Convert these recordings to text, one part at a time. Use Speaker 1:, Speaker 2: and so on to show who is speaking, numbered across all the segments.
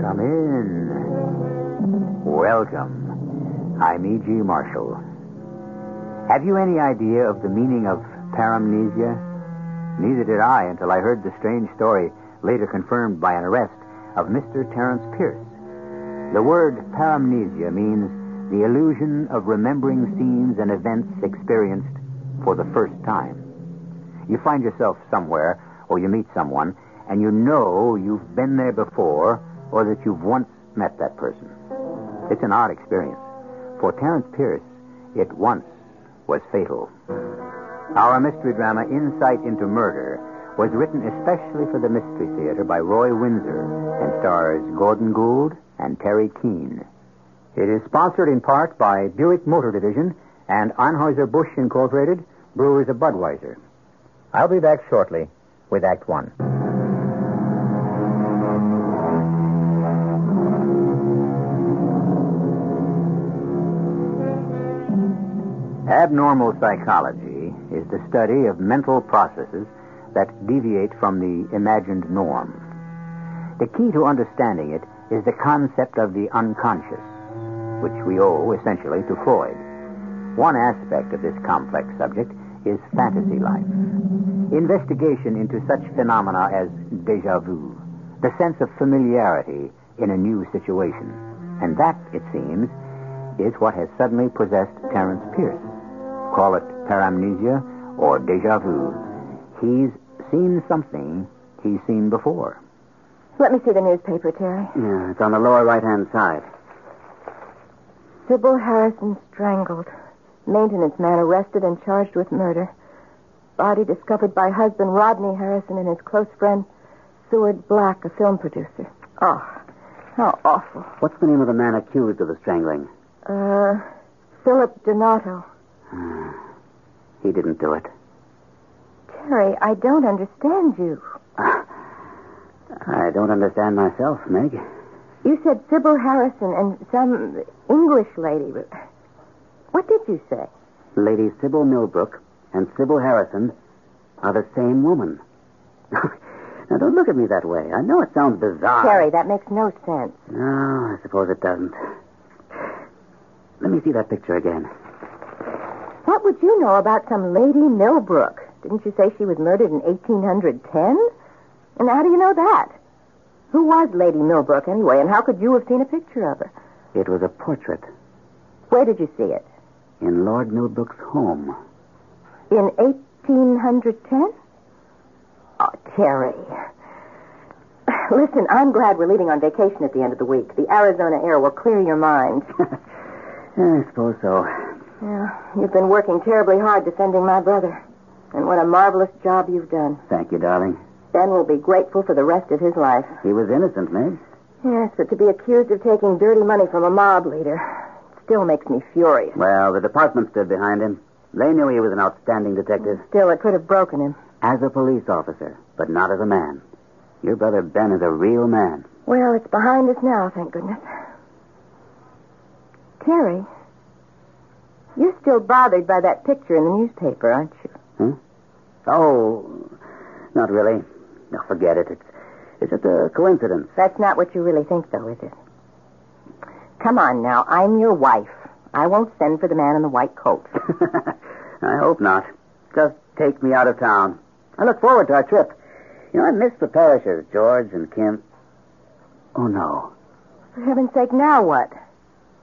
Speaker 1: Come in. Welcome. I'm E.G. Marshall. Have you any idea of the meaning of paramnesia? Neither did I until I heard the strange story, later confirmed by an arrest, of Mr. Terence Pierce. The word paramnesia means the illusion of remembering scenes and events experienced for the first time. You find yourself somewhere, or you meet someone, and you know you've been there before, or that you've once met that person. It's an odd experience. For Terence Pierce, it once was fatal. Our mystery drama, Insight into Murder, was written especially for the Mystery Theater by Roy Windsor and stars Gordon Gould and Terry Keane. It is sponsored in part by Buick Motor Division and Anheuser-Busch Incorporated, Brewers of Budweiser. I'll be back shortly with Act One. Abnormal psychology is the study of mental processes that deviate from the imagined norm. The key to understanding it is the concept of the unconscious, which we owe essentially to Freud. One aspect of this complex subject is fantasy life. Investigation into such phenomena as deja vu, the sense of familiarity in a new situation. And that, it seems, is what has suddenly possessed Terence Pierce call it paramnesia or deja vu. He's seen something he's seen before.
Speaker 2: Let me see the newspaper, Terry.
Speaker 1: Yeah, it's on the lower right hand side.
Speaker 2: Sybil Harrison strangled. Maintenance man arrested and charged with murder. Body discovered by husband Rodney Harrison and his close friend Seward Black, a film producer. Oh, how awful.
Speaker 1: What's the name of the man accused of the strangling?
Speaker 2: Uh, Philip Donato.
Speaker 1: He didn't do it.
Speaker 2: Terry, I don't understand you.
Speaker 1: I don't understand myself, Meg.
Speaker 2: You said Sybil Harrison and some English lady. What did you say?
Speaker 1: Lady Sybil Millbrook and Sybil Harrison are the same woman. now, don't look at me that way. I know it sounds bizarre.
Speaker 2: Terry, that makes no sense.
Speaker 1: No, I suppose it doesn't. Let me see that picture again.
Speaker 2: What would you know about some Lady Millbrook? Didn't you say she was murdered in 1810? And how do you know that? Who was Lady Millbrook, anyway, and how could you have seen a picture of her?
Speaker 1: It was a portrait
Speaker 2: Where did you see it?
Speaker 1: in Lord Millbrook's home.
Speaker 2: In 1810? Oh, Terry. Listen, I'm glad we're leaving on vacation at the end of the week. The Arizona air will clear your mind.
Speaker 1: Yeah, I suppose so.
Speaker 2: yeah, you've been working terribly hard defending my brother. And what a marvelous job you've done.
Speaker 1: Thank you, darling.
Speaker 2: Ben will be grateful for the rest of his life.
Speaker 1: He was innocent, Meg.
Speaker 2: Yes, but to be accused of taking dirty money from a mob leader still makes me furious.
Speaker 1: Well, the department stood behind him. They knew he was an outstanding detective.
Speaker 2: Still, it could have broken him.
Speaker 1: As a police officer, but not as a man. Your brother Ben is a real man.
Speaker 2: Well, it's behind us now, thank goodness. Terry, you're still bothered by that picture in the newspaper, aren't you?
Speaker 1: Hmm? Oh, not really. No, forget it. It's, it's just a coincidence.
Speaker 2: That's not what you really think, though, is it? Come on now, I'm your wife. I won't send for the man in the white coat.
Speaker 1: I hope not. Just take me out of town. I look forward to our trip. You know, I miss the parishes, George and Kim. Oh, no.
Speaker 2: For heaven's sake, now what?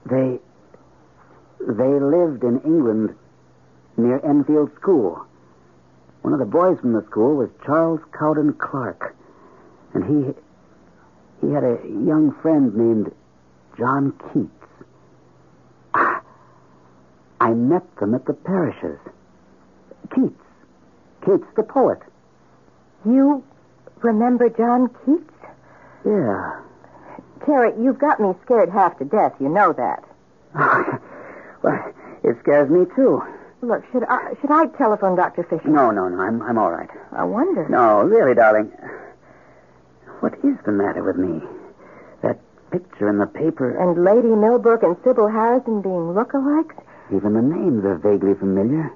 Speaker 1: They. They lived in England near Enfield School. One of the boys from the school was Charles Cowden Clark. And he. He had a young friend named John Keats. Ah, I met them at the parishes. Keats. Keats the poet.
Speaker 2: You remember John Keats?
Speaker 1: Yeah.
Speaker 2: Terry, you've got me scared half to death. You know that.
Speaker 1: well, it scares me too.
Speaker 2: Look, should I should I telephone Dr. Fisher?
Speaker 1: No, no, no. I'm, I'm all right.
Speaker 2: I wonder.
Speaker 1: No, really, darling. What is the matter with me? That picture in the paper,
Speaker 2: And Lady Millbrook and Sybil Harrison being lookalikes?
Speaker 1: oh, even the names are vaguely familiar.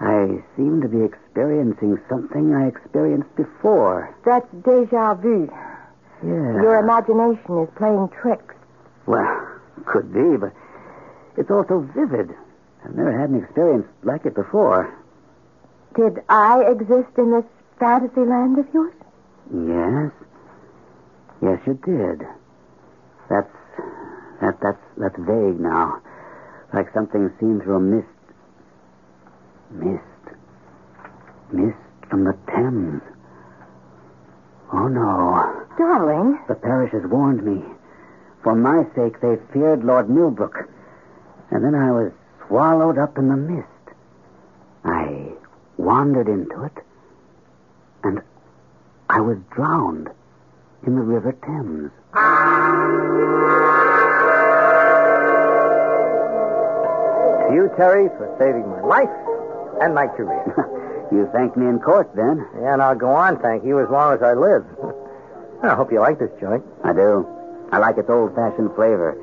Speaker 1: I seem to be experiencing something I experienced before.
Speaker 2: That's deja vu.
Speaker 1: Yeah.
Speaker 2: Your imagination is playing tricks.
Speaker 1: Well, could be, but it's all so vivid. I've never had an experience like it before.
Speaker 2: Did I exist in this fantasy land of yours?
Speaker 1: Yes. Yes, you did. That's that that's that's vague now. Like something seen through a mist. Mist. Mist from the Thames. Oh no.
Speaker 2: Darling,
Speaker 1: The parish has warned me. For my sake, they feared Lord Millbrook. And then I was swallowed up in the mist. I wandered into it, and I was drowned in the River Thames.
Speaker 3: To you, Terry, for saving my life and my career.
Speaker 1: you thanked me in court then.
Speaker 3: and I'll go on, thank you, as long as I live. I hope you like this joint.
Speaker 1: I do. I like its old fashioned flavor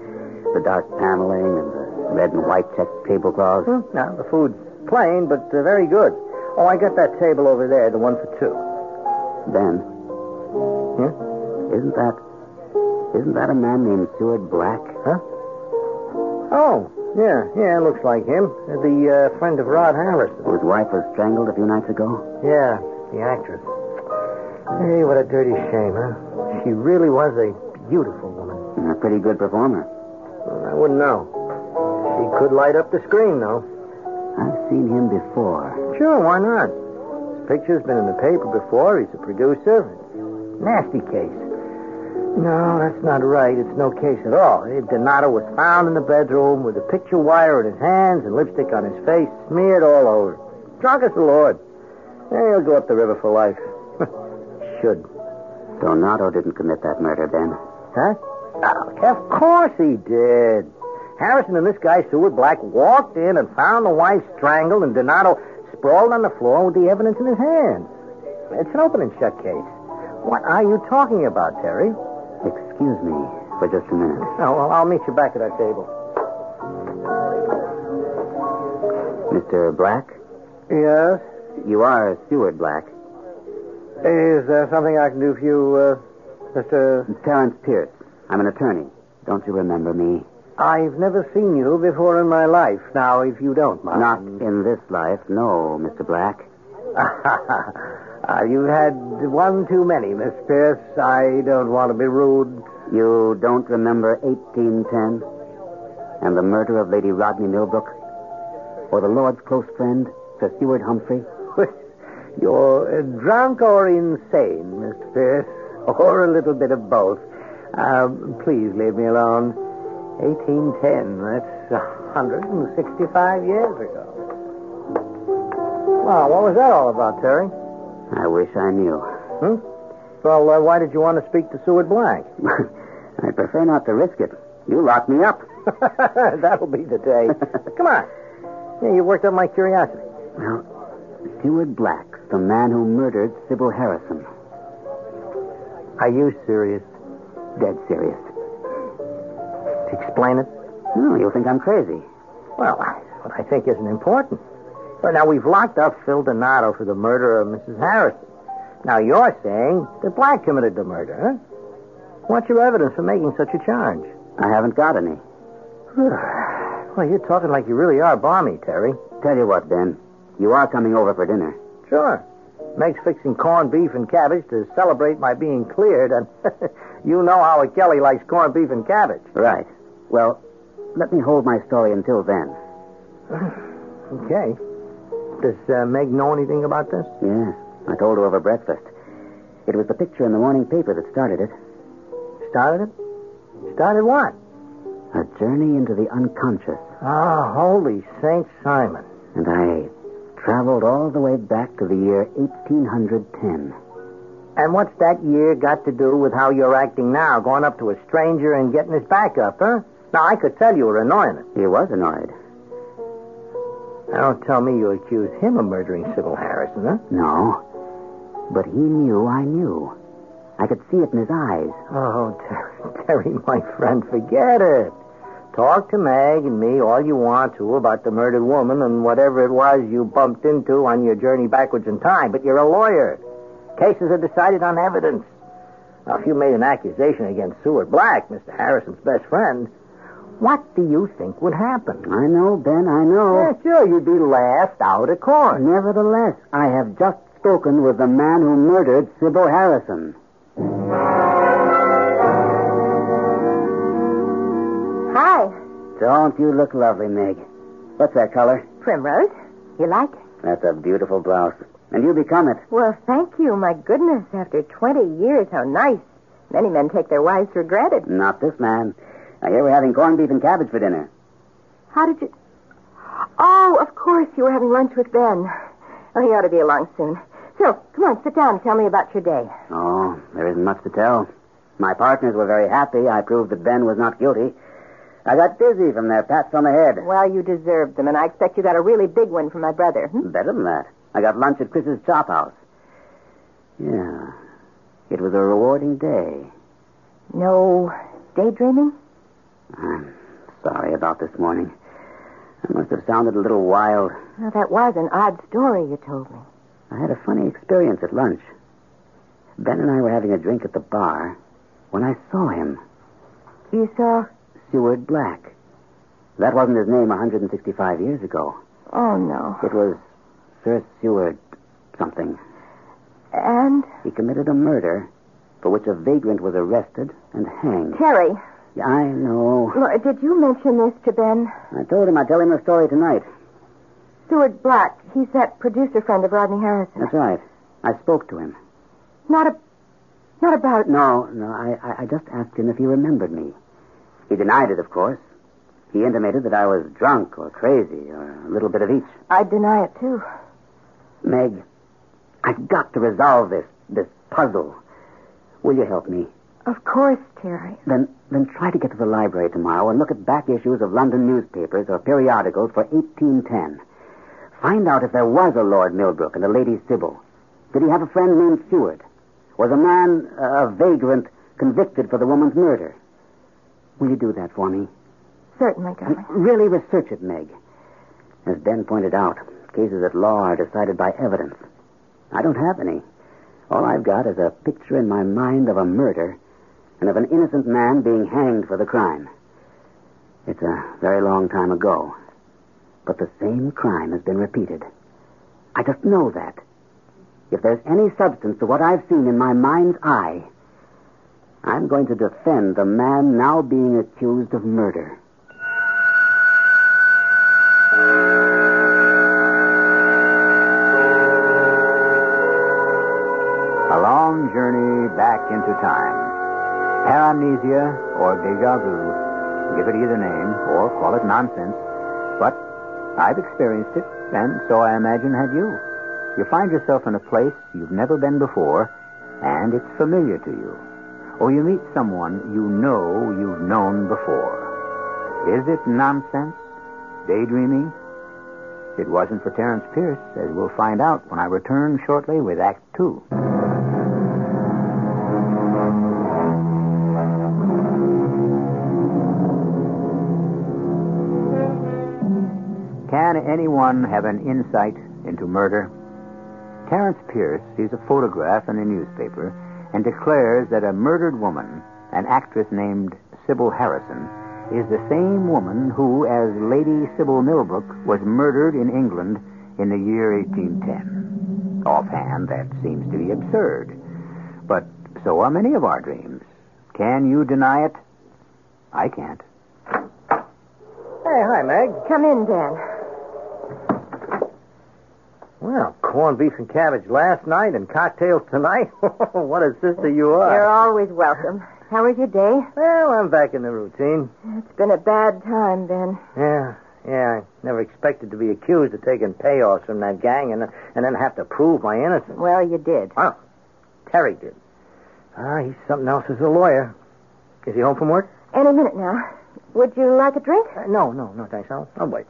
Speaker 1: the dark paneling and the red and white checked tablecloths.
Speaker 3: Hmm, Now, the food's plain, but uh, very good. Oh, I got that table over there, the one for two.
Speaker 1: Ben,
Speaker 3: Yeah?
Speaker 1: isn't that. Isn't that a man named Seward Black?
Speaker 3: Huh? Oh, yeah, yeah, looks like him. The uh, friend of Rod Harrison.
Speaker 1: Whose wife was strangled a few nights ago?
Speaker 3: Yeah, the actress. Hey, what a dirty shame, huh? She really was a beautiful woman.
Speaker 1: A pretty good performer.
Speaker 3: I wouldn't know. She could light up the screen, though.
Speaker 1: I've seen him before.
Speaker 3: Sure, why not? His picture's been in the paper before. He's a producer. Nasty case. No, that's not right. It's no case at all. Eh, Donato was found in the bedroom with a picture wire in his hands and lipstick on his face, smeared all over. Drunk as the Lord. Eh, he'll go up the river for life. Should.
Speaker 1: Donato didn't commit that murder, Ben.
Speaker 3: Huh? Oh, of course he did. Harrison and this guy, Seward Black, walked in and found the wife strangled and Donato sprawled on the floor with the evidence in his hands. It's an open and shut case. What are you talking about, Terry?
Speaker 1: Excuse me for just a minute.
Speaker 3: Oh, well, I'll meet you back at that table.
Speaker 1: Mr. Black,
Speaker 3: Yes?
Speaker 1: you are Seward Black.
Speaker 3: Is there something I can do for you, uh, Mr.
Speaker 1: Terence Pierce. I'm an attorney. Don't you remember me?
Speaker 3: I've never seen you before in my life. Now, if you don't mind.
Speaker 1: Not in this life, no, Mr. Black.
Speaker 3: uh, you've had one too many, Miss Pierce. I don't want to be rude.
Speaker 1: You don't remember 1810? And the murder of Lady Rodney Millbrook? Or the Lord's close friend, Sir Seward Humphrey?
Speaker 3: You're uh, drunk or insane, Miss Pierce, or a little bit of both. Um, please leave me alone. 1810, that's 165 years ago. Wow, what was that all about, Terry?
Speaker 1: I wish I knew.
Speaker 3: Hmm? Well, uh, why did you want to speak to Seward Black?
Speaker 1: I prefer not to risk it. You lock me up.
Speaker 3: That'll be the day. Come on. Yeah, you worked up my curiosity.
Speaker 1: Well, Seward Black, the man who murdered Sybil Harrison.
Speaker 3: Are you serious?
Speaker 1: Dead serious.
Speaker 3: Explain it.
Speaker 1: Oh, you'll think I'm crazy.
Speaker 3: Well, I- what I think isn't important. But now we've locked up Phil Donato for the murder of Mrs. Harrison. Now you're saying that Black committed the murder, huh? What's your evidence for making such a charge?
Speaker 1: I haven't got any.
Speaker 3: well, you're talking like you really are balmy, Terry.
Speaker 1: Tell you what, Ben. You are coming over for dinner.
Speaker 3: Sure. Makes fixing corned beef and cabbage to celebrate my being cleared, and you know how a Kelly likes corned beef and cabbage.
Speaker 1: Right. Well, let me hold my story until then.
Speaker 3: Okay. Does uh, Meg know anything about this?
Speaker 1: Yeah, I told her over breakfast. It was the picture in the morning paper that started it.
Speaker 3: Started it? Started what?
Speaker 1: A journey into the unconscious.
Speaker 3: Ah, holy Saint Simon.
Speaker 1: And I traveled all the way back to the year 1810.
Speaker 3: And what's that year got to do with how you're acting now, going up to a stranger and getting his back up, huh? Now, I could tell you were annoying him.
Speaker 1: He was annoyed.
Speaker 3: Now, don't tell me you accused him of murdering Sybil Harrison, huh?
Speaker 1: No. But he knew I knew. I could see it in his eyes.
Speaker 3: Oh, Terry, Terry, my friend, forget it. Talk to Meg and me all you want to about the murdered woman and whatever it was you bumped into on your journey backwards in time, but you're a lawyer. Cases are decided on evidence. Now, if you made an accusation against Seward Black, Mr. Harrison's best friend, what do you think would happen?
Speaker 1: I know, Ben, I know.
Speaker 3: Yeah, sure, you'd be laughed out of court.
Speaker 1: Nevertheless, I have just spoken with the man who murdered Sybil Harrison.
Speaker 2: Hi,
Speaker 1: Don't you look lovely, Meg? What's that color?
Speaker 2: Primrose. You like it?
Speaker 1: That's a beautiful blouse. And you become it.
Speaker 2: Well, thank you. My goodness, after 20 years, how nice. Many men take their wives for granted.
Speaker 1: Not this man. Now, here we're having corned beef and cabbage for dinner.
Speaker 2: How did you. Oh, of course, you were having lunch with Ben. Oh, he ought to be along soon. So, come on, sit down and tell me about your day.
Speaker 1: Oh, there isn't much to tell. My partners were very happy. I proved that Ben was not guilty. I got dizzy from their pats on the head.
Speaker 2: Well, you deserved them, and I expect you got a really big one from my brother. Hmm?
Speaker 1: Better than that. I got lunch at Chris's chop house. Yeah. It was a rewarding day.
Speaker 2: No daydreaming?
Speaker 1: I'm sorry about this morning. I must have sounded a little wild.
Speaker 2: Well, that was an odd story you told me.
Speaker 1: I had a funny experience at lunch. Ben and I were having a drink at the bar when I saw him,
Speaker 2: You saw.
Speaker 1: Seward Black. That wasn't his name 165 years ago.
Speaker 2: Oh, no.
Speaker 1: It was Sir Seward something.
Speaker 2: And?
Speaker 1: He committed a murder for which a vagrant was arrested and hanged.
Speaker 2: Terry,
Speaker 1: I know.
Speaker 2: Laura, did you mention this to Ben?
Speaker 1: I told him I'd tell him the story tonight.
Speaker 2: Seward Black, he's that producer friend of Rodney Harrison.
Speaker 1: That's right. I spoke to him. Uh,
Speaker 2: Not a. Not about.
Speaker 1: No, no, I, I- I just asked him if he remembered me. He denied it, of course. He intimated that I was drunk or crazy or a little bit of each.
Speaker 2: I deny it, too.
Speaker 1: Meg, I've got to resolve this, this puzzle. Will you help me?
Speaker 2: Of course, Terry.
Speaker 1: Then, then try to get to the library tomorrow and look at back issues of London newspapers or periodicals for 1810. Find out if there was a Lord Millbrook and a Lady Sybil. Did he have a friend named Seward? Was a man, uh, a vagrant, convicted for the woman's murder? Will you do that for me?
Speaker 2: Certainly,
Speaker 1: And
Speaker 2: darling.
Speaker 1: really research it, Meg. As Ben pointed out, cases at law are decided by evidence. I don't have any. All I've got is a picture in my mind of a murder and of an innocent man being hanged for the crime. It's a very long time ago, but the same crime has been repeated. I just know that. If there's any substance to what I've seen in my mind's eye, I'm going to defend the man now being accused of murder.
Speaker 4: A long journey back into time. Paramnesia or deja vu. Give it either name or call it nonsense. But I've experienced it, and so I imagine have you. You find yourself in a place you've never been before, and it's familiar to you. Or you meet someone you know you've known before. Is it nonsense? Daydreaming? It wasn't for Terence Pierce, as we'll find out when I return shortly with Act Two. Can anyone have an insight into murder? Terence Pierce sees a photograph in a newspaper and declares that a murdered woman, an actress named Sybil Harrison, is the same woman who, as Lady Sybil Millbrook, was murdered in England in the year 1810. Offhand, that seems to be absurd. But so are many of our dreams. Can you deny it? I can't.
Speaker 3: Hey, hi, Meg.
Speaker 2: Come in, Dan.
Speaker 3: Well, corned beef and cabbage last night and cocktails tonight. what a sister you
Speaker 2: You're
Speaker 3: are.
Speaker 2: always welcome. How was your day?
Speaker 3: Well, I'm back in the routine.
Speaker 2: It's been a bad time, Ben.
Speaker 3: Yeah, yeah. I never expected to be accused of taking payoffs from that gang and, and then have to prove my innocence.
Speaker 2: Well, you did.
Speaker 3: Terry did. Ah, he's something else as a lawyer. Is he home from work?
Speaker 2: Any minute now. Would you like a drink?
Speaker 3: Uh, no, no, no, thanks. I'll, I'll Oh, wait.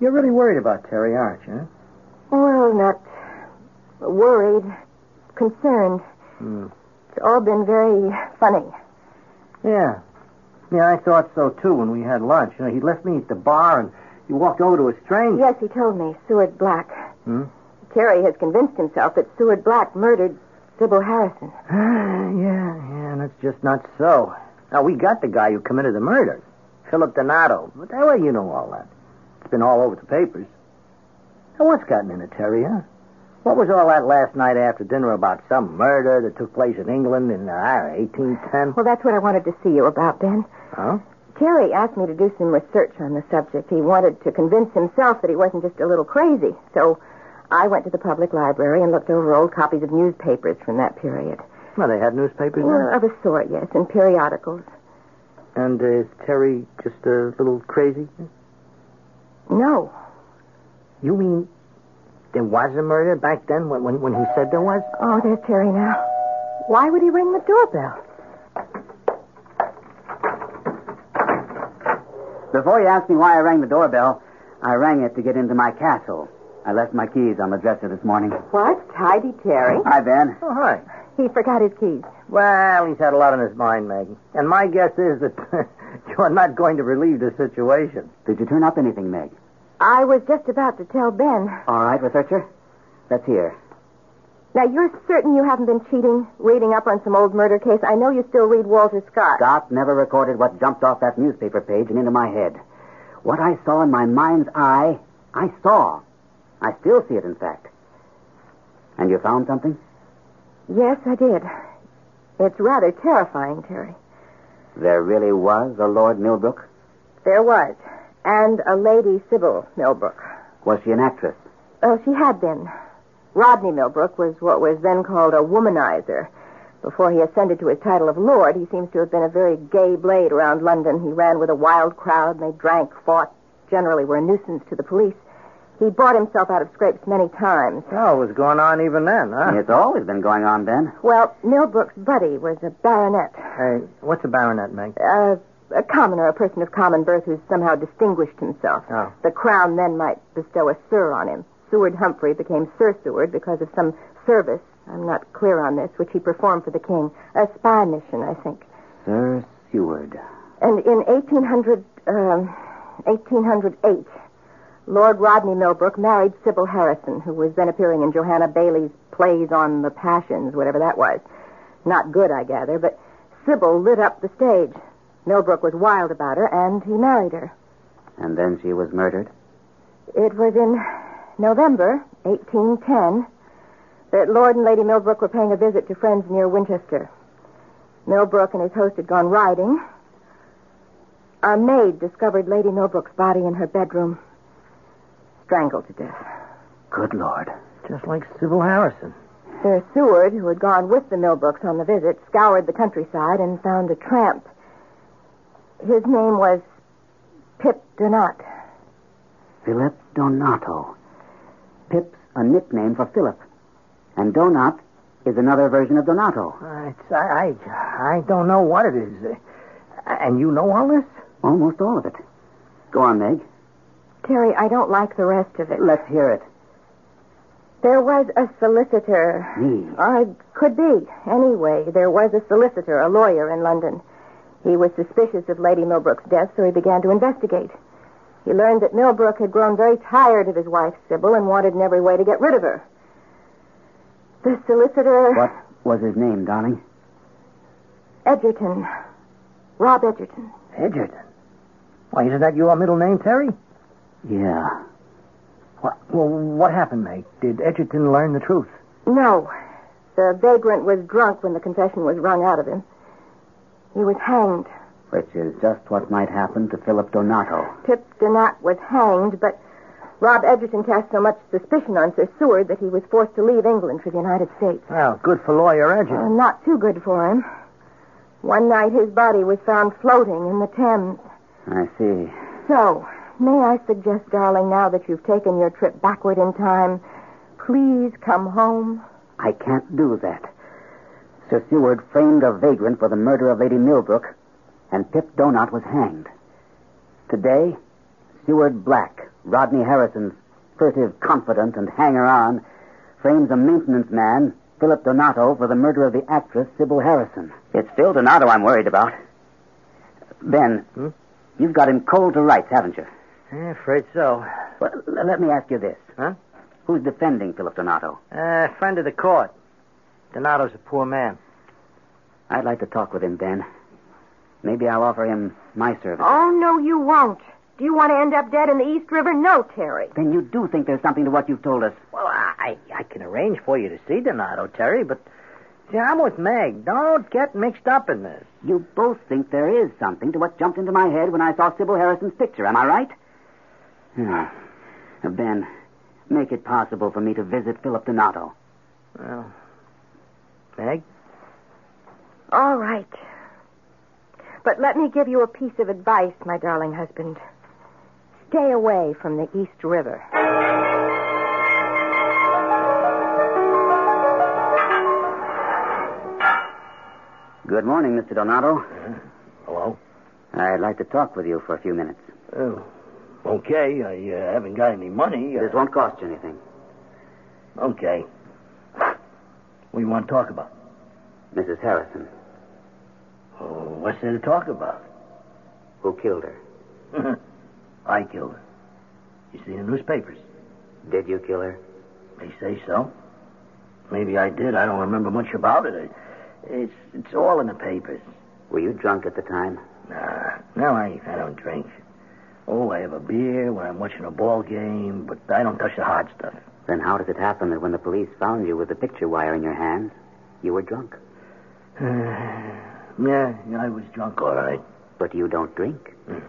Speaker 3: You're really worried about Terry, aren't you?
Speaker 2: Well, not worried, concerned.
Speaker 3: Hmm.
Speaker 2: It's all been very funny.
Speaker 3: Yeah. Yeah, I thought so too when we had lunch. You know, he left me at the bar and he walked over to a stranger.
Speaker 2: Yes, he told me, Seward Black.
Speaker 3: Hmm?
Speaker 2: Terry has convinced himself that Seward Black murdered Sybil Harrison.
Speaker 3: yeah, yeah, that's just not so. Now, we got the guy who committed the murder, Philip Donato. But that way you know all that. It's been all over the papers. Now, what's gotten into Terry, huh? What was all that last night after dinner about some murder that took place in England in, uh, I don't know, 1810?
Speaker 2: Well, that's what I wanted to see you about, Ben.
Speaker 3: Huh?
Speaker 2: Terry asked me to do some research on the subject. He wanted to convince himself that he wasn't just a little crazy. So I went to the public library and looked over old copies of newspapers from that period.
Speaker 3: Well, they had newspapers
Speaker 2: Well,
Speaker 3: there.
Speaker 2: of a sort, yes, and periodicals.
Speaker 3: And uh, is Terry just a little crazy?
Speaker 2: No.
Speaker 3: You mean there was a murder back then when, when, when he said there was?
Speaker 2: Oh, there's Terry now. Why would he ring the doorbell?
Speaker 1: Before you ask me why I rang the doorbell, I rang it to get into my castle. I left my keys on the dresser this morning.
Speaker 2: What? Tidy Terry.
Speaker 1: Hi, Ben.
Speaker 3: Oh, hi.
Speaker 2: He forgot his keys.
Speaker 3: Well, he's had a lot on his mind, Maggie. And my guess is that you're not going to relieve the situation.
Speaker 1: Did you turn up anything, Meg?
Speaker 2: I was just about to tell Ben.
Speaker 1: All right, researcher. Let's hear.
Speaker 2: Now, you're certain you haven't been cheating, reading up on some old murder case? I know you still read Walter Scott.
Speaker 1: Scott never recorded what jumped off that newspaper page and into my head. What I saw in my mind's eye, I saw. I still see it, in fact. And you found something?
Speaker 2: Yes, I did. It's rather terrifying, Terry.
Speaker 1: There really was a Lord Millbrook?
Speaker 2: There was. And a lady, Sybil Millbrook.
Speaker 1: Was she an actress?
Speaker 2: Well, she had been. Rodney Millbrook was what was then called a womanizer. Before he ascended to his title of lord, he seems to have been a very gay blade around London. He ran with a wild crowd, and they drank, fought, generally were a nuisance to the police. He bought himself out of scrapes many times.
Speaker 3: Oh, it was going on even then, huh?
Speaker 1: It's always been going on, Ben.
Speaker 2: Well, Millbrook's buddy was a baronet,
Speaker 3: Hey, what's a baronet, Meg?
Speaker 2: uh, a commoner, a person of common birth who somehow distinguished himself.
Speaker 3: Oh.
Speaker 2: The crown then might bestow a sir on him. Seward Humphrey became Sir Seward because of some service, I'm not clear on this, which he performed for the king. A spy mission, I think.
Speaker 1: Sir Seward.
Speaker 2: And in 1800, um, 1808, Lord Rodney Millbrook married Sybil Harrison, who was then appearing in Johanna Bailey's plays on the passions, whatever that was. Not good, I gather, but Sybil lit up the stage. Millbrook was wild about her, and he married her.
Speaker 1: And then she was murdered?
Speaker 2: It was in November 1810 that Lord and Lady Millbrook were paying a visit to friends near Winchester. Millbrook and his host had gone riding. A maid discovered Lady Millbrook's body in her bedroom, strangled to death.
Speaker 1: Good Lord.
Speaker 3: Just like Sybil Harrison.
Speaker 2: Sir Seward, who had gone with the Millbrooks on the visit, scoured the countryside and found a tramp. His name was Pip Donat.
Speaker 1: Philip Donato. Pip's a nickname for Philip. And Donat is another version of Donato.
Speaker 3: I, Uh, I, I don't know what it is. Uh, And you know all this?
Speaker 1: Almost all of it. Go on, Meg.
Speaker 2: Terry, I don't like the rest of it.
Speaker 1: Let's hear it.
Speaker 2: There was a solicitor.
Speaker 1: Me.
Speaker 2: Or Uh, it could be. Anyway, there was a solicitor, a lawyer in London. He was suspicious of Lady Millbrook's death, so he began to investigate. He learned that Millbrook had grown very tired of his wife, Sybil, and wanted in every way to get rid of her. The solicitor,
Speaker 1: What was his name, darling?
Speaker 2: Edgerton, Rob Edgerton.
Speaker 3: Edgerton. Why, isn't that your middle name, Terry?
Speaker 1: Yeah.
Speaker 3: What, well, what happened, Meg? Did Edgerton learn the truth?
Speaker 2: No, the vagrant was drunk when the confession was wrung out of him. He was hanged.
Speaker 1: Which is just what might happen to Philip Donato.
Speaker 2: Pip Donat was hanged, but Rob Edgerton cast so much suspicion on Sir Seward that he was forced to leave England for the United States.
Speaker 3: Well, good for lawyer Edgerton.
Speaker 2: Uh, not too good for him. One night his body was found floating in the Thames.
Speaker 1: I see.
Speaker 2: So, may I suggest, darling, now that you've taken your trip backward in time, please come home.
Speaker 1: I can't do that. Sir Seward framed a vagrant for the murder of Lady Millbrook, and Pip Donat was hanged. Today, Seward Black, Rodney Harrison's furtive confidant and hanger on, frames a maintenance man, Philip Donato, for the murder of the actress Sybil Harrison. It's Phil Donato I'm worried about. Ben,
Speaker 3: Hmm?
Speaker 1: you've got him cold to rights, haven't you?
Speaker 3: I'm afraid so.
Speaker 1: Well, l- let me ask you this.
Speaker 3: Huh?
Speaker 1: Who's defending Philip Donato?
Speaker 3: Uh, friend of the court.
Speaker 5: Donato's a poor man.
Speaker 1: I'd like to talk with him, Ben. Maybe I'll offer him my service.
Speaker 2: Oh, no, you won't. Do you want to end up dead in the East River? No, Terry.
Speaker 1: Ben, you do think there's something to what you've told us.
Speaker 5: Well, I, I can arrange for you to see Donato, Terry, but see, I'm with Meg. Don't get mixed up in this.
Speaker 1: You both think there is something to what jumped into my head when I saw Sybil Harrison's picture. Am I right? Yeah. Now, Ben, make it possible for me to visit Philip Donato.
Speaker 5: Well, Meg?
Speaker 2: All right. But let me give you a piece of advice, my darling husband. Stay away from the East River.
Speaker 1: Good morning, Mr. Donato.
Speaker 3: Hello?
Speaker 1: I'd like to talk with you for a few minutes.
Speaker 3: Oh, okay. I uh, haven't got any money. Uh,
Speaker 1: This won't cost you anything.
Speaker 3: Okay. What do you want to talk about?
Speaker 1: Mrs. Harrison,
Speaker 3: Oh, what's there to talk about?
Speaker 1: who killed her?
Speaker 3: I killed her. You see the newspapers.
Speaker 1: Did you kill her?
Speaker 3: They say so. Maybe I did. I don't remember much about it. I- It's it's all in the papers.
Speaker 1: Were you drunk at the time?
Speaker 3: Nah, no, I I don't drink. Oh, I have a beer when I'm watching a ball game, but I don't touch the hard stuff.
Speaker 1: Then how does it happen that when the police found you with the picture wire in your hand, you were drunk?
Speaker 3: yeah, I was drunk, all right.
Speaker 1: But you don't drink.
Speaker 3: Mm.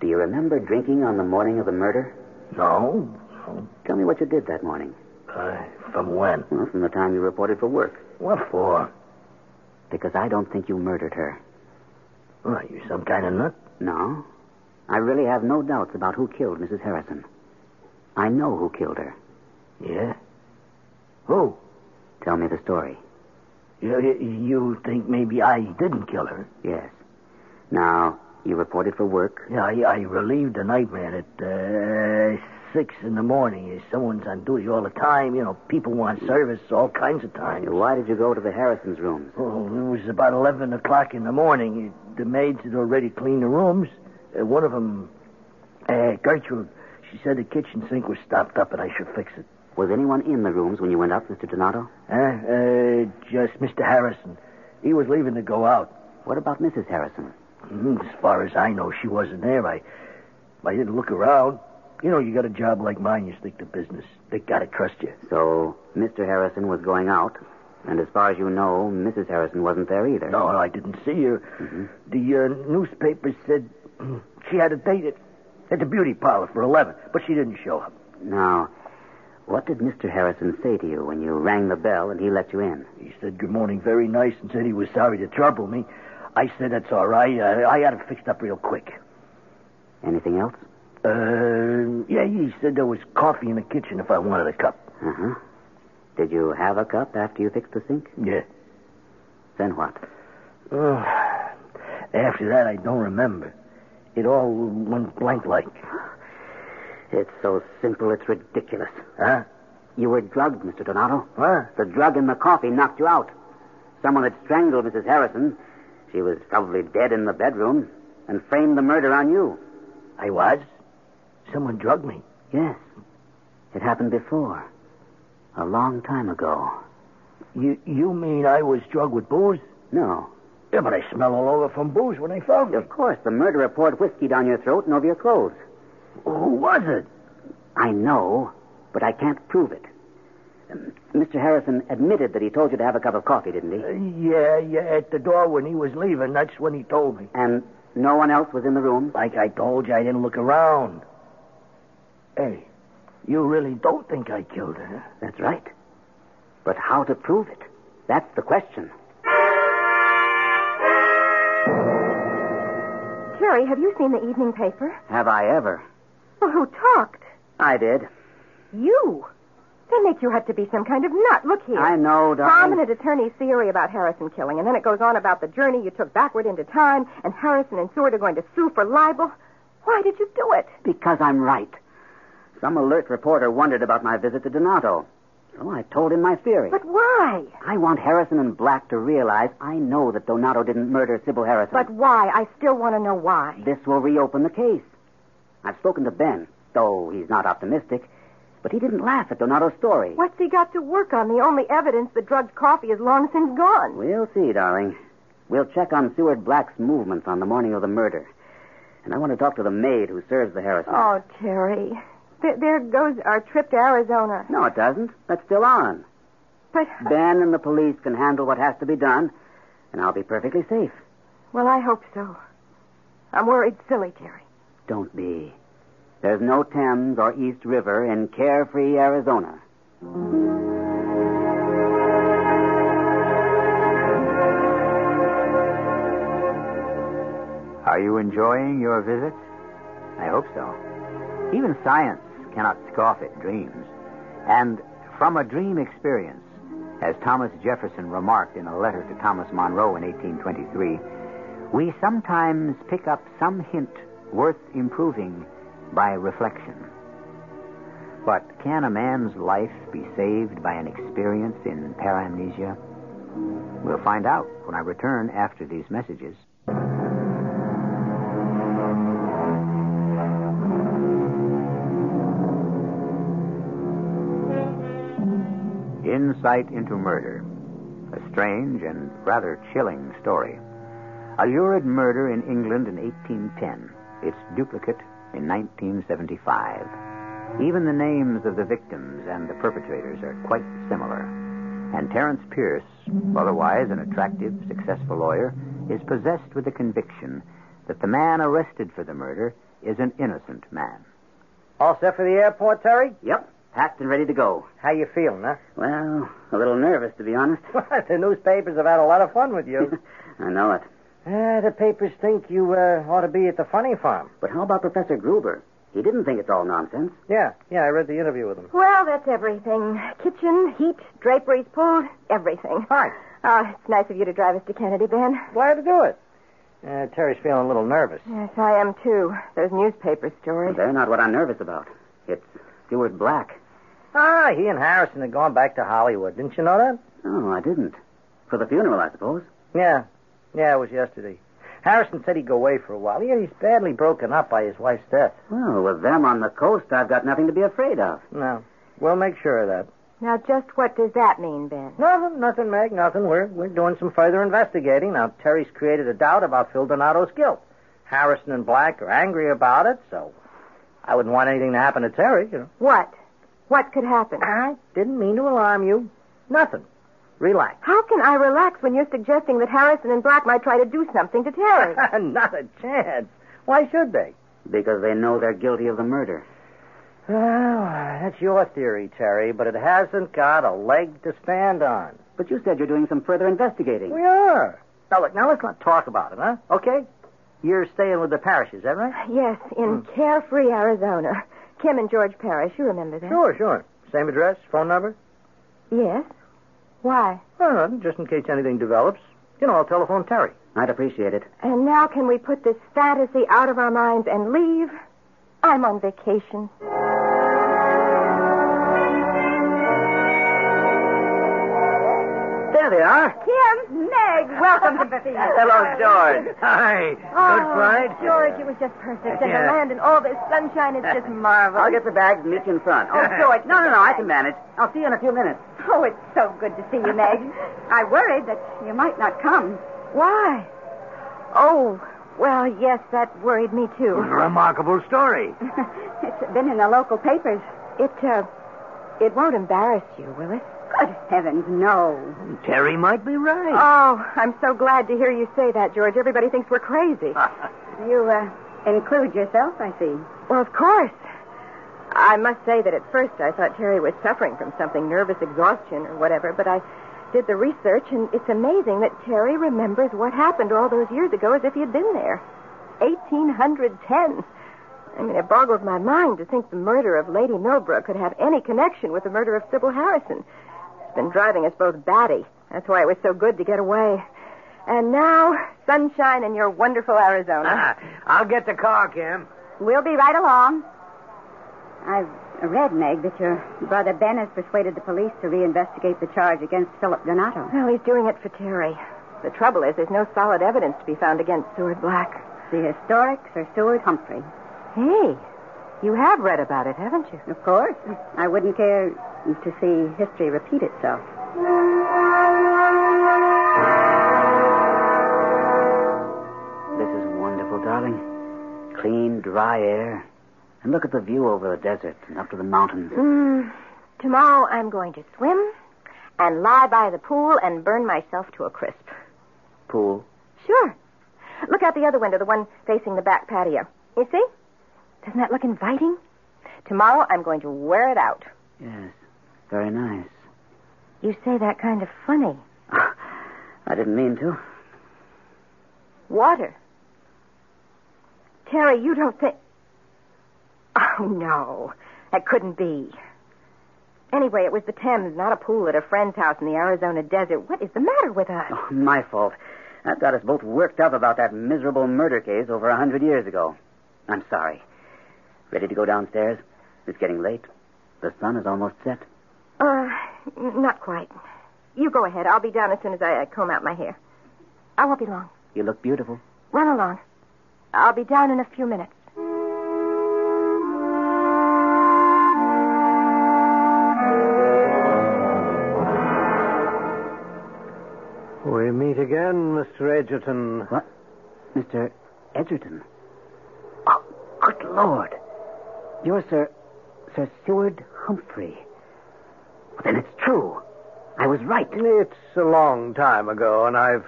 Speaker 1: Do you remember drinking on the morning of the murder?
Speaker 3: No, no.
Speaker 1: Tell me what you did that morning.
Speaker 3: Uh, from when?
Speaker 1: Well, from the time you reported for work.
Speaker 3: What for?
Speaker 1: Because I don't think you murdered her.
Speaker 3: Well, Oh, you some kind of nut?
Speaker 1: No. I really have no doubts about who killed Mrs. Harrison. I know who killed her.
Speaker 3: Yeah. Who?
Speaker 1: Tell me the story.
Speaker 3: You, you think maybe I didn't kill her?
Speaker 1: Yes. Now, you reported for work.
Speaker 3: Yeah, I, I relieved the nightman at uh, six in the morning. Someone's on duty all the time. You know, people want service all kinds of times.
Speaker 1: Why did you go to the Harrison's rooms?
Speaker 3: Oh, it was about 11 o'clock in the morning. The maids had already cleaned the rooms. Uh, one of them, uh, Gertrude, she said the kitchen sink was stopped up and I should fix it.
Speaker 1: Was anyone in the rooms when you went up, Mr. Donato?
Speaker 3: Huh? Uh, just Mr. Harrison. He was leaving to go out.
Speaker 1: What about Mrs. Harrison?
Speaker 3: Mm, As far as I know, she wasn't there. I, I didn't look around. You know, you got a job like mine, you stick to business. They gotta trust you.
Speaker 1: So, Mr. Harrison was going out, and as far as you know, Mrs. Harrison wasn't there either.
Speaker 3: No, I didn't see her. The uh, newspaper said she had a date at, at the beauty parlor for 11, but she didn't show up.
Speaker 1: Now, what did Mr. Harrison say to you when you rang the bell and he let you in?
Speaker 3: He said good morning very nice and said he was sorry to trouble me. I said that's all right. Uh, I had it fixed up real quick.
Speaker 1: Anything else?
Speaker 3: Uh, yeah, he said there was coffee in the kitchen if I wanted a cup.
Speaker 1: Uh huh. Did you have a cup after you fixed the sink?
Speaker 3: Yeah.
Speaker 1: Then what?
Speaker 3: Uh, after that, I don't remember. It all went blank like.
Speaker 1: It's so simple, it's ridiculous.
Speaker 3: Huh?
Speaker 1: You were drugged, Mr. Donato.
Speaker 3: Huh?
Speaker 1: The drug in the coffee knocked you out. Someone had strangled Mrs. Harrison. She was probably dead in the bedroom and framed the murder on you.
Speaker 3: I was. Someone drugged me.
Speaker 1: Yes. It happened before. A long time ago.
Speaker 3: You you mean I was drugged with booze?
Speaker 1: No.
Speaker 3: Yeah, but I smell all over from booze when they found me.
Speaker 1: Of course, the murderer poured whiskey down your throat and over your clothes.
Speaker 3: Who was it?
Speaker 1: I know, but I can't prove it. Um, Mr. Harrison admitted that he told you to have a cup of coffee, didn't he?
Speaker 3: Uh, yeah, yeah, at the door when he was leaving. That's when he told me.
Speaker 1: And no one else was in the room?
Speaker 3: Like I told you, I didn't look around. Hey, you really don't think I killed her?
Speaker 1: That's right. But how to prove it? That's the question.
Speaker 2: Terry, have you seen the evening paper?
Speaker 1: Have I ever?
Speaker 2: Well, who talked?
Speaker 1: I did.
Speaker 2: You. They make you have to be some kind of nut. Look here.
Speaker 1: I know, darling.
Speaker 2: Prominent attorney's theory about Harrison killing, and then it goes on about the journey you took backward into time, and Harrison and Seward are going to sue for libel. Why did you do it?
Speaker 1: Because I'm right. Some alert reporter wondered about my visit to Donato.
Speaker 6: Oh,
Speaker 1: So I told him my theory.
Speaker 2: But why?
Speaker 1: I want Harrison and Black to realize I know that Donato didn't murder Sybil Harrison.
Speaker 2: But why? I still want to know why.
Speaker 1: This will reopen the case. I've spoken to Ben, though he's not optimistic.
Speaker 6: But he didn't laugh at Donato's story.
Speaker 2: What's he got to work on? The only evidence the drugged coffee is long since gone.
Speaker 6: We'll see, darling. We'll check on Seward Black's movements on the morning of the murder. And I want to talk to the maid who serves the Harrison.
Speaker 2: Oh, Terry. There, there goes our trip to Arizona.
Speaker 6: No, it doesn't. That's still on.
Speaker 2: But,
Speaker 6: Ben and the police can handle what has to be done, and I'll be perfectly safe.
Speaker 2: well, I hope so. I'm worried silly, Terry.
Speaker 6: Don't be. There's no Thames or East River in carefree Arizona.
Speaker 1: Are you enjoying your visit? I hope so. Even science cannot scoff at dreams. And from a dream experience, as Thomas Jefferson remarked in a letter to Thomas Monroe in 1823, we sometimes pick up some hint worth improving by reflection. But can a man's life be saved by an experience in paramnesia? We'll find out when I return after these messages. Insight into Murder. A strange and rather chilling story. A lurid murder in England in 1810, its duplicate in 1975. Even the names of the victims and the perpetrators are quite similar. And Terence Pierce, otherwise an attractive, successful lawyer, is possessed with the conviction that the man arrested for the murder is an innocent man.
Speaker 7: All set for the airport, Terry?
Speaker 6: Yep, packed and ready to go.
Speaker 7: How you feeling, huh?
Speaker 6: Well, a little nervous, to be honest.
Speaker 7: the newspapers have had a lot of fun with you.
Speaker 6: I know it.
Speaker 7: uh, the papers think you uh, ought to be at the funny farm.
Speaker 6: But how about Professor Gruber? He didn't think it's all nonsense.
Speaker 7: Yeah, yeah, I read the interview with him.
Speaker 2: Well, that's everything. Kitchen, heat, draperies pulled, everything.
Speaker 7: Hi.
Speaker 2: Oh, it's nice of you to drive us to Kennedy, Ben.
Speaker 7: Glad to do it. Uh, Terry's feeling a little nervous.
Speaker 2: Yes, I am too. Those newspaper stories.
Speaker 6: They're not what I'm nervous about. It's Stewart Black.
Speaker 7: Ah, he and Harrison had gone back to Hollywood. Didn't you know that?
Speaker 6: Oh, I didn't. For the funeral, I suppose.
Speaker 7: Yeah. Yeah, it was yesterday. Harrison said he'd go away for a while. Yeah, he's badly broken up by his wife's death.
Speaker 6: Well, with them on the coast, I've got nothing to be afraid of.
Speaker 7: No. We'll make sure of that.
Speaker 2: Now, just what does that mean, Ben?
Speaker 7: Nothing, nothing, Meg, nothing. We're, we're doing some further investigating. Now, Terry's created a doubt about Phil Donato's guilt. Harrison and Black are angry about it, so I wouldn't want anything to happen to Terry, you know.
Speaker 2: What? What could happen?
Speaker 7: I didn't mean to alarm you. Nothing. Relax.
Speaker 2: How can I relax when you're suggesting that Harrison and Black might try to do something to Terry?
Speaker 7: Not a chance. Why should they?
Speaker 6: Because they know they're guilty of the murder.
Speaker 7: Well, that's your theory, Terry, but it hasn't got a leg to stand on.
Speaker 6: But you said you're doing some further investigating.
Speaker 7: We are. Now, look, now let's not talk about it, huh? Okay? You're staying with the parish, is that right?
Speaker 2: yes, in carefree Arizona. Kim and George Parrish, you remember that?
Speaker 7: Sure, sure. Same address, phone number?
Speaker 2: Yes. Why?
Speaker 7: Well, just in case anything develops. You know, I'll telephone Terry.
Speaker 6: I'd appreciate it.
Speaker 2: And now can we put this fantasy out of our minds and leave? I'm on vacation.
Speaker 6: There they are.
Speaker 2: Kim, Meg, welcome to the
Speaker 6: Hello, George.
Speaker 7: Hi.
Speaker 2: Oh, George, it was just perfect. And
Speaker 7: Yeah.
Speaker 2: the land and all this sunshine is just marvelous.
Speaker 6: I'll get the bags and meet you in front.
Speaker 2: Oh, George,
Speaker 6: No, no, no, I can manage. I'll see you in a few minutes.
Speaker 8: Oh, it's so good to see you, Meg. I worried that you might not come.
Speaker 2: Why? Oh, well, yes, that worried me too.
Speaker 3: Remarkable story.
Speaker 8: it's been in the local papers.
Speaker 2: It, uh, it won't embarrass you, will it?
Speaker 8: Good heavens, no.
Speaker 3: Terry might be right.
Speaker 2: Oh, I'm so glad to hear you say that, George. Everybody thinks we're crazy.
Speaker 8: You, uh, include yourself, I see.
Speaker 2: Well, of course. I must say that at first I thought Terry was suffering from something, nervous exhaustion or whatever, but I did the research, and it's amazing that Terry remembers what happened all those years ago as if he had been there. 1810. I mean, it boggles my mind to think the murder of Lady Millbrook could have any connection with the murder of Sybil Harrison. It's been driving us both batty. That's why it was so good to get away. And now, sunshine in your wonderful Arizona.
Speaker 3: I'll get the car, Kim.
Speaker 8: We'll be right along. I've read, Meg, that your brother Ben has persuaded the police to reinvestigate the charge against Philip Donato.
Speaker 2: Well, he's doing it for Terry. The trouble is, there's no solid evidence to be found against Seward Black.
Speaker 8: The historic Sir Seward Humphrey.
Speaker 2: Hey, You have read about it, haven't you?
Speaker 8: Of course. I wouldn't care to see history repeat itself.
Speaker 1: This is wonderful, darling. Clean, dry air. And look at the view over the desert and up to the mountains.
Speaker 2: Mm, tomorrow I'm going to swim and lie by the pool and burn myself to a crisp.
Speaker 1: Pool.
Speaker 2: Sure. Look out the other window, the one facing the back patio. You see? Doesn't that look inviting? Tomorrow I'm going to wear it out.
Speaker 1: Yes. Very nice.
Speaker 2: You say that kind of funny.
Speaker 1: I didn't mean to.
Speaker 2: Water. Terry, you don't think. Oh, no. That couldn't be. Anyway, it was the Thames, not a pool at a friend's house in the Arizona desert. What is the matter with us?
Speaker 1: Oh, my fault. I've got us both worked up about that miserable murder case over a hundred years ago. I'm sorry. Ready to go downstairs? It's getting late. The sun is almost set.
Speaker 2: Uh, n- not quite. You go ahead. I'll be down as soon as I uh, comb out my hair. I won't be long.
Speaker 1: You look beautiful.
Speaker 2: Run along. I'll be down in a few minutes.
Speaker 7: We meet again, Mr. Edgerton.
Speaker 1: What? Mr. Edgerton? Oh, good Lord. You're Sir. Sir Seward Humphrey. Well, then it's true. I was right.
Speaker 7: It's a long time ago, and I've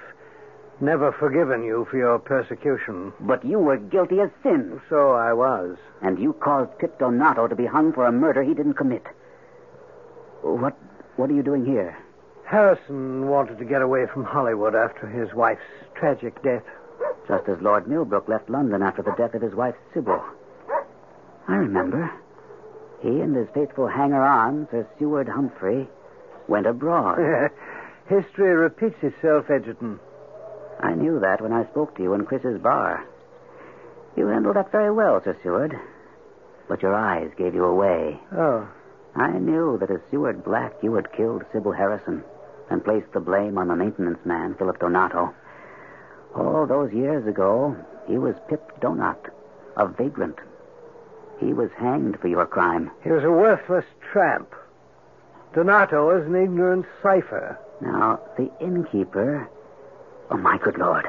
Speaker 7: never forgiven you for your persecution.
Speaker 1: But you were guilty as sin.
Speaker 7: So I was.
Speaker 1: And you caused Cryptonato to be hung for a murder he didn't commit. What. What are you doing here?
Speaker 7: Harrison wanted to get away from Hollywood after his wife's tragic death.
Speaker 1: Just as Lord Millbrook left London after the death of his wife, Sybil. I remember. He and his faithful hanger on, Sir Seward Humphrey, went abroad.
Speaker 7: History repeats itself, Edgerton.
Speaker 1: I knew that when I spoke to you in Chris's bar. You handled that very well, Sir Seward. But your eyes gave you away.
Speaker 7: Oh,
Speaker 1: I knew that as Seward Black, you had killed Sybil Harrison and placed the blame on the maintenance man, Philip Donato. All those years ago, he was Pip Donat, a vagrant. He was hanged for your crime.
Speaker 7: he was a worthless tramp. Donato is an ignorant cipher.
Speaker 1: Now, the innkeeper. Oh, my good lord.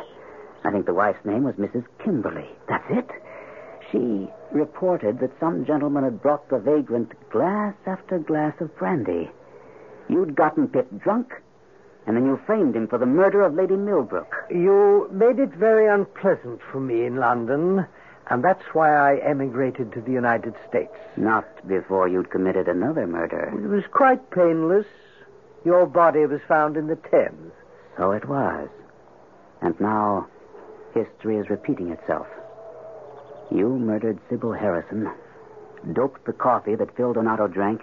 Speaker 1: I think the wife's name was Mrs. Kimberly. That's it. She reported that some gentleman had brought the vagrant glass after glass of brandy. You'd gotten Pitt drunk, and then you framed him for the murder of Lady Millbrook.
Speaker 7: You made it very unpleasant for me in London, and that's why I emigrated to the United States.
Speaker 1: Not before you'd committed another murder.
Speaker 7: It was quite painless. Your body was found in the Thames.
Speaker 1: So it was. And now, history is repeating itself. You murdered Sybil Harrison, doped the coffee that Phil Donato drank,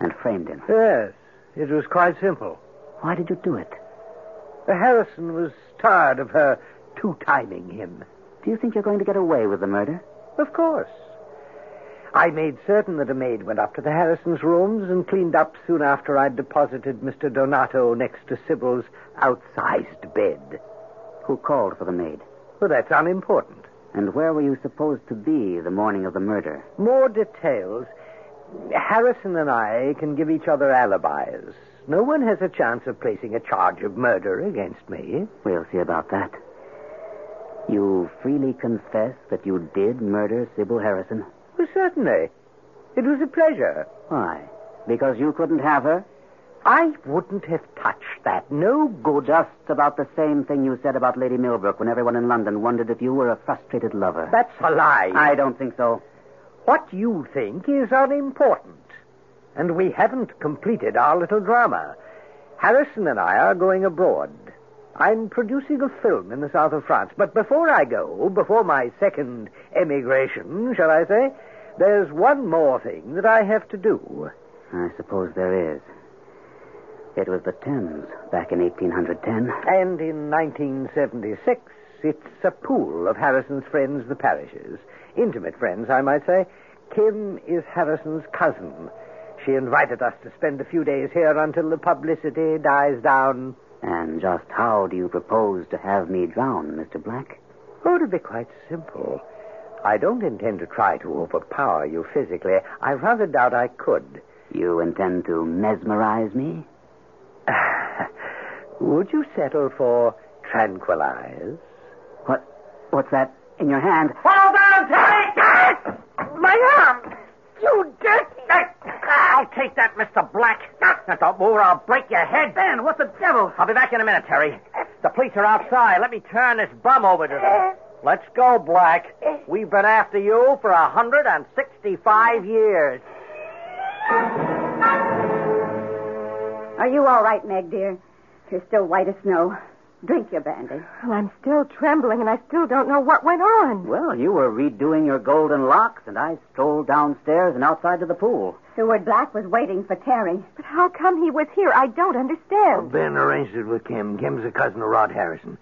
Speaker 1: and framed him.
Speaker 7: Yes, it was quite simple.
Speaker 1: Why did you do it?
Speaker 7: Harrison was tired of her two timing him.
Speaker 1: Do you think you're going to get away with the murder?
Speaker 7: Of course. I made certain that a maid went up to the Harrisons' rooms and cleaned up soon after I'd deposited Mr. Donato next to Sybil's outsized bed.
Speaker 1: Who called for the maid?
Speaker 7: Well, that's unimportant.
Speaker 1: And where were you supposed to be the morning of the murder?
Speaker 7: More details. Harrison and I can give each other alibis. No one has a chance of placing a charge of murder against me.
Speaker 1: We'll see about that. You freely confess that you did murder Sybil Harrison.
Speaker 7: Well, certainly. It was a pleasure.
Speaker 1: Why? Because you couldn't have her?
Speaker 7: I wouldn't have touched that. No good.
Speaker 1: Just about the same thing you said about Lady Millbrook when everyone in London wondered if you were a frustrated lover.
Speaker 7: That's a lie.
Speaker 1: I don't think so.
Speaker 7: What you think is unimportant. And we haven't completed our little drama. Harrison and I are going abroad. I'm producing a film in the south of France. But before I go, before my second emigration, shall I say, there's one more thing that I have to do.
Speaker 1: I suppose there is. It was the Thames back in 1810.
Speaker 7: And in 1976, it's a pool of Harrison's friends, the Parishes. Intimate friends, I might say. Kim is Harrison's cousin. She invited us to spend a few days here until the publicity dies down.
Speaker 1: And just how do you propose to have me drown, Mr. Black?
Speaker 7: Oh, it'll be quite simple.
Speaker 9: I don't intend to try to overpower you physically. I rather doubt I could.
Speaker 10: You intend to mesmerize me?
Speaker 9: Would you settle for tranquilize?
Speaker 10: What? What's that in your hand?
Speaker 7: Hold on, Tommy! My arm! You dirty... I'll take that, Mr. Black. Now, don't move or I'll break your head. Ben, what the devil? I'll be back in a minute, Terry. The police are outside. Let me turn this bum over to them. Let's go, Black. We've been after you for 165 years.
Speaker 8: Are you all right, Meg, dear? You're still white as snow. Drink your brandy.
Speaker 2: Well, I'm still trembling, and I still don't know what went on.
Speaker 10: Well, you were redoing your golden locks, and I strolled downstairs and outside to the pool.
Speaker 8: Seward Black was waiting for Terry.
Speaker 2: But how come he was here? I don't understand.
Speaker 11: Ben arranged it with Kim. Kim's a cousin of Rod Harrison.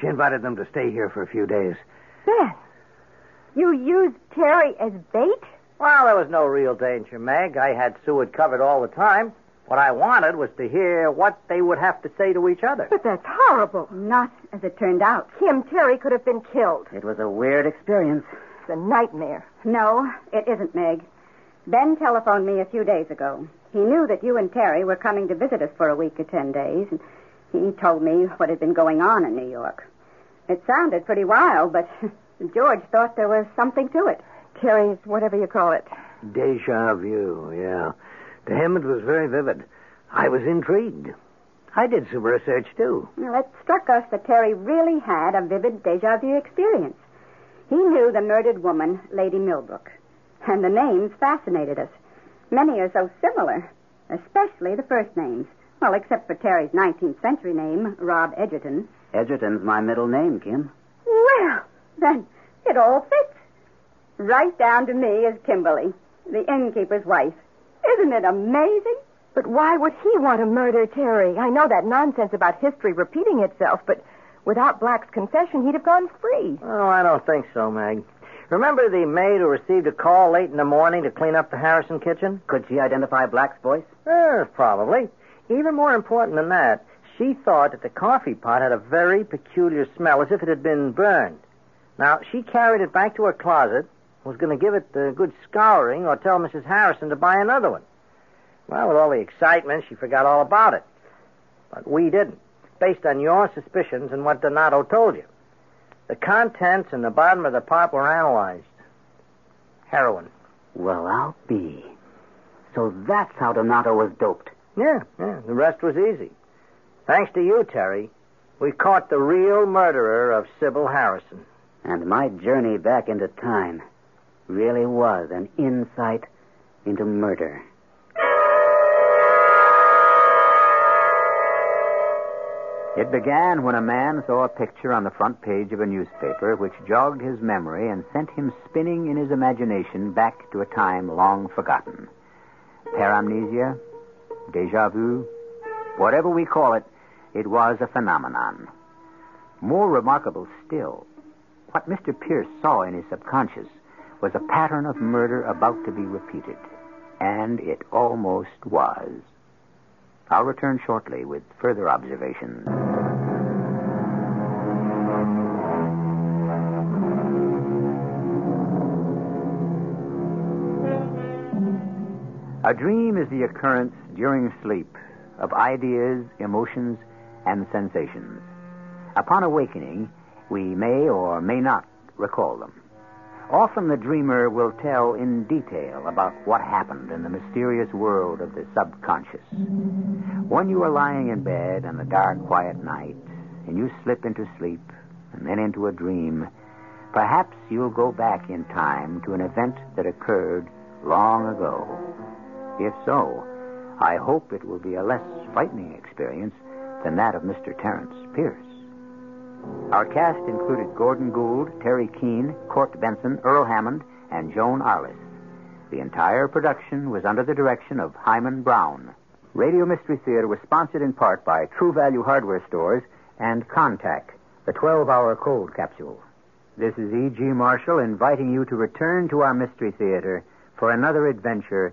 Speaker 11: She invited them to stay here for a few days.
Speaker 2: Oh, Ben, you used Terry as bait?
Speaker 7: Well, there was no real danger, Meg. I had Seward covered all the time. What I wanted was to hear what they would have to say to each other.
Speaker 2: But that's horrible.
Speaker 8: Not as it turned out.
Speaker 2: Kim Terry could have been killed.
Speaker 10: It was a weird experience.
Speaker 2: It's a nightmare.
Speaker 8: No, it isn't, Meg. Ben telephoned me a few days ago. He knew that you and Terry were coming to visit us for a week or ten days, and he told me what had been going on in New York. It sounded pretty wild, but George thought there was something to it.
Speaker 2: Terry's whatever you call it.
Speaker 11: Deja vu, yeah. To him, it was very vivid. I was intrigued. I did some research, too.
Speaker 8: Well, it struck us that Terry really had a vivid deja vu experience. He knew the murdered woman, Lady Millbrook, and the names fascinated us. Many are so similar, especially the first names. Well, except for Terry's 19th century name, Rob Edgerton.
Speaker 10: Edgerton's my middle name, Kim.
Speaker 8: Well, then it all fits. Right down to me is Kimberly, the innkeeper's wife. Isn't it amazing?
Speaker 2: But why would he want to murder Terry? I know that nonsense about history repeating itself, but without Black's confession, he'd have gone free.
Speaker 7: Oh, I don't think so, Meg. Remember the maid who received a call late in the morning to clean up the Harrison kitchen?
Speaker 10: Could she identify Black's voice?
Speaker 7: Eh, probably. Even more important than that, she thought that the coffee pot had a very peculiar smell, as if it had been burned. Now, she carried it back to her closet, was going to give it a good scouring or tell Mrs. Harrison to buy another one. Well, with all the excitement, she forgot all about it. But we didn't, based on your suspicions and what Donato told you. The contents in the bottom of the pot were analyzed. Heroin.
Speaker 10: Well, I'll be. So that's how Donato was doped.
Speaker 7: Yeah, yeah, the rest was easy. Thanks to you, Terry, we caught the real murderer of Sybil Harrison.
Speaker 10: And my journey back into time really was an insight into murder.
Speaker 1: It began when a man saw a picture on the front page of a newspaper which jogged his memory and sent him spinning in his imagination back to a time long forgotten. Paramnesia, deja vu, whatever we call it, it was a phenomenon. More remarkable still, what Mr. Pierce saw in his subconscious was a pattern of murder about to be repeated, and it almost was. I'll return shortly with further observations. A dream is the occurrence during sleep of ideas, emotions, and sensations. Upon awakening, we may or may not recall them. Often the dreamer will tell in detail about what happened in the mysterious world of the subconscious. When you are lying in bed on a dark, quiet night, and you slip into sleep and then into a dream, perhaps you'll go back in time to an event that occurred long ago. If so, I hope it will be a less frightening experience than that of Mr. Terence Pierce. Our cast included Gordon Gould, Terry Keane, Court Benson, Earl Hammond, and Joan Arliss. The entire production was under the direction of Hyman Brown. Radio Mystery Theater was sponsored in part by True Value Hardware Stores and Contact, the 12 hour cold capsule. This is E.G. Marshall inviting you to return to our Mystery Theater for another adventure